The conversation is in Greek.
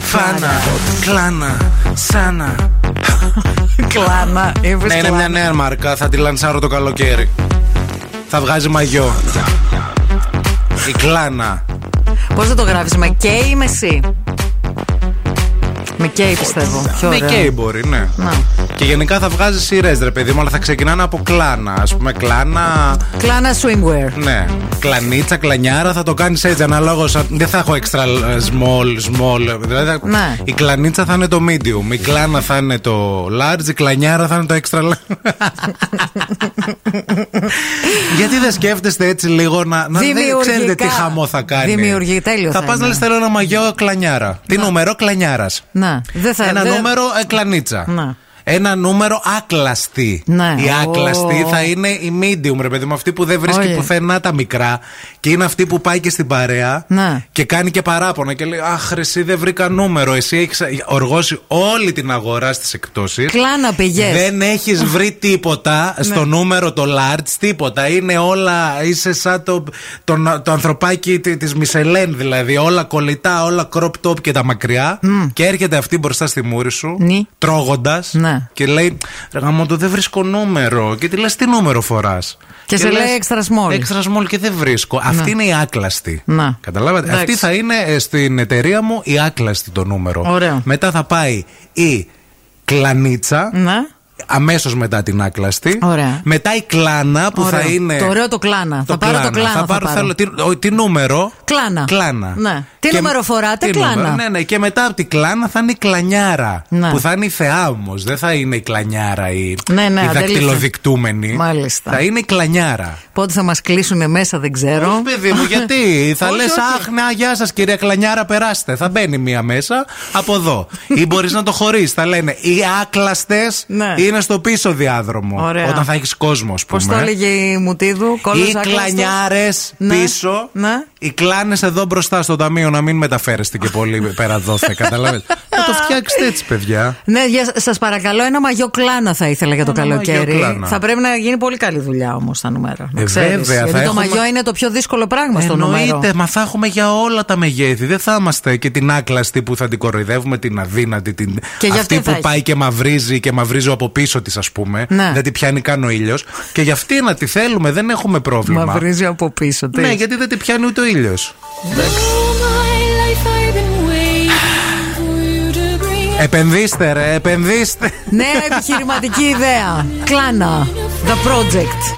Φάνα, κλάνα, σάνα. Κλάμα. Ναι, είναι μια νέα μαρκά. Θα τη λανσάρω το καλοκαίρι. Θα βγάζει μαγιό. Η κλάνα. Πώς θα το γράφεις, με K ή με C. Με K πιστεύω. Πιο Με ωραίο. καίει μπορεί, ναι. Να. Και γενικά θα βγάζει σειρές, ρε παιδί μου, αλλά θα ξεκινάνε από κλάνα. Ας πούμε, κλάνα. Κλάνα swimwear. Ναι. Κλανίτσα, κλανιάρα, θα το κάνεις έτσι αναλόγως. Δεν θα έχω extra small, small. Δηλαδή, θα- Ναι. η κλανίτσα θα είναι το medium, η κλάνα θα είναι το large, η κλανιάρα θα είναι το extra large. Γιατί δεν σκέφτεστε έτσι λίγο να. να δεν Δημιουργικά. ξέρετε τι χαμό θα κάνει. Δημιουργή, τέλειο Θα θα πας είναι. να λες: Θέλω ένα μαγιό κλανιάρα. Τι νούμερο κλανιάρας. Να. Δεν θα Ένα δεν- νούμερο ε, κλανίτσα. Ναι. Ένα νούμερο άκλαστη. Ναι. Η άκλαστη Ω. ε. θα είναι η medium, ρε παιδί μου, αυτή που δεν βρίσκει Όχι. πουθενά τα μικρά και είναι αυτή που πάει και στην παρέα Ναι. και κάνει και παράπονα και λέει Αχ, ρε, εσύ δεν βρήκα νούμερο. Εσύ έχεις οργώσει όλη την αγορά στις εκπτώσεις. Κλάνα πηγές. Δεν έχεις βρει τίποτα Ναι. στο νούμερο το large, τίποτα. Είναι όλα, είσαι σαν το, το, το ανθρωπάκι τη Μισελέν, δηλαδή. Όλα κολλητά, όλα crop top και τα μακριά. Και έρχεται αυτή μπροστά στη μούρη σου, Ναι. τρώγοντας. Ναι. Και λέει, Ρε το δεν βρίσκω νούμερο. Και τη λες, τι νούμερο φοράς. Και σε λέει extra small. Extra small και δεν βρίσκω. Αυτή είναι η άκλαστη. Ναι. Καταλάβατε. Εντάξει. Αυτή θα είναι ε, στην εταιρεία μου η άκλαστη το νούμερο. Ωραίο. Μετά θα πάει η κλανίτσα. Να. Αμέσως μετά την άκλαστη. Ωραία. Μετά η κλάνα που Ωραίο. θα είναι. Το ωραίο το κλάνα. θα πάρω το κλάνα. Θα πάρω, πάρω. Θέλω, τι, ο- τι νούμερο. Κλάνα. Κλάνα. Ναι. Τι νούμερο φοράτε, τι κλάνα. νούμερο, Ναι, ναι. Και μετά από την κλάνα θα είναι η κλανιάρα. Ναι. Που θα είναι η θεά όμως. Δεν θα είναι η κλανιάρα η, Ναι, ναι, η αντελήφθη. δακτυλοδεικτούμενη. Μάλιστα. Θα είναι η κλανιάρα. Πότε θα μας κλείσουν μέσα, δεν ξέρω. Όχι, παιδί μου, γιατί θα Όχι, λες, όχι. Αχ, ναι, γεια σας κυρία Κλανιάρα, περάστε. Θα μπαίνει μία μέσα από εδώ. ή μπορείς να το χωρίσει. Θα λένε Οι άκλαστες Ναι. είναι στο πίσω διάδρομο. Ωραία. Όταν θα έχεις κόσμο, ας Πώς το πούμε. έλεγε η Μουτίδου, κόλλος Οι κλανιάρες Ναι. πίσω, Ναι. οι κλάνες εδώ μπροστά στο ταμείο να μην μεταφέρεστε και πολύ πέρα δόθε. Καταλάβετε. Να το φτιάξετε έτσι, παιδιά. Ναι, για, σας παρακαλώ, ένα μαγιό κλάνα θα ήθελα για το Ένα καλοκαίρι. μαγιό κλάνα. Θα πρέπει να γίνει πολύ καλή δουλειά όμως τα νούμερα. να Ε, ξέρεις. βέβαια, Γιατί θα το έχουμε- μαγιό είναι το πιο δύσκολο πράγμα στο νούμερο. Εννοείται, μα θα έχουμε για όλα τα μεγέθη. Δεν θα είμαστε και την άκλαστη που θα την κοροϊδεύουμε, την αδύνατη, την... Και για αυτή αυτή που θα πάει έχει. και μαυρίζει και μαυρίζω από πίσω της, ας πούμε. Ναι. Δεν την πιάνει καν ο ήλιος. και για αυτή να τη θέλουμε, δεν έχουμε πρόβλημα. Μαυρίζει από πίσω. τι. Ναι, γιατί δεν την πιάνει ούτε ο ήλιος. All my life I've been waiting for you to bring Επενδύστε, Ναι, ρε, επενδύστε. Νέα επιχειρηματική ιδέα. Κλάνα. The project.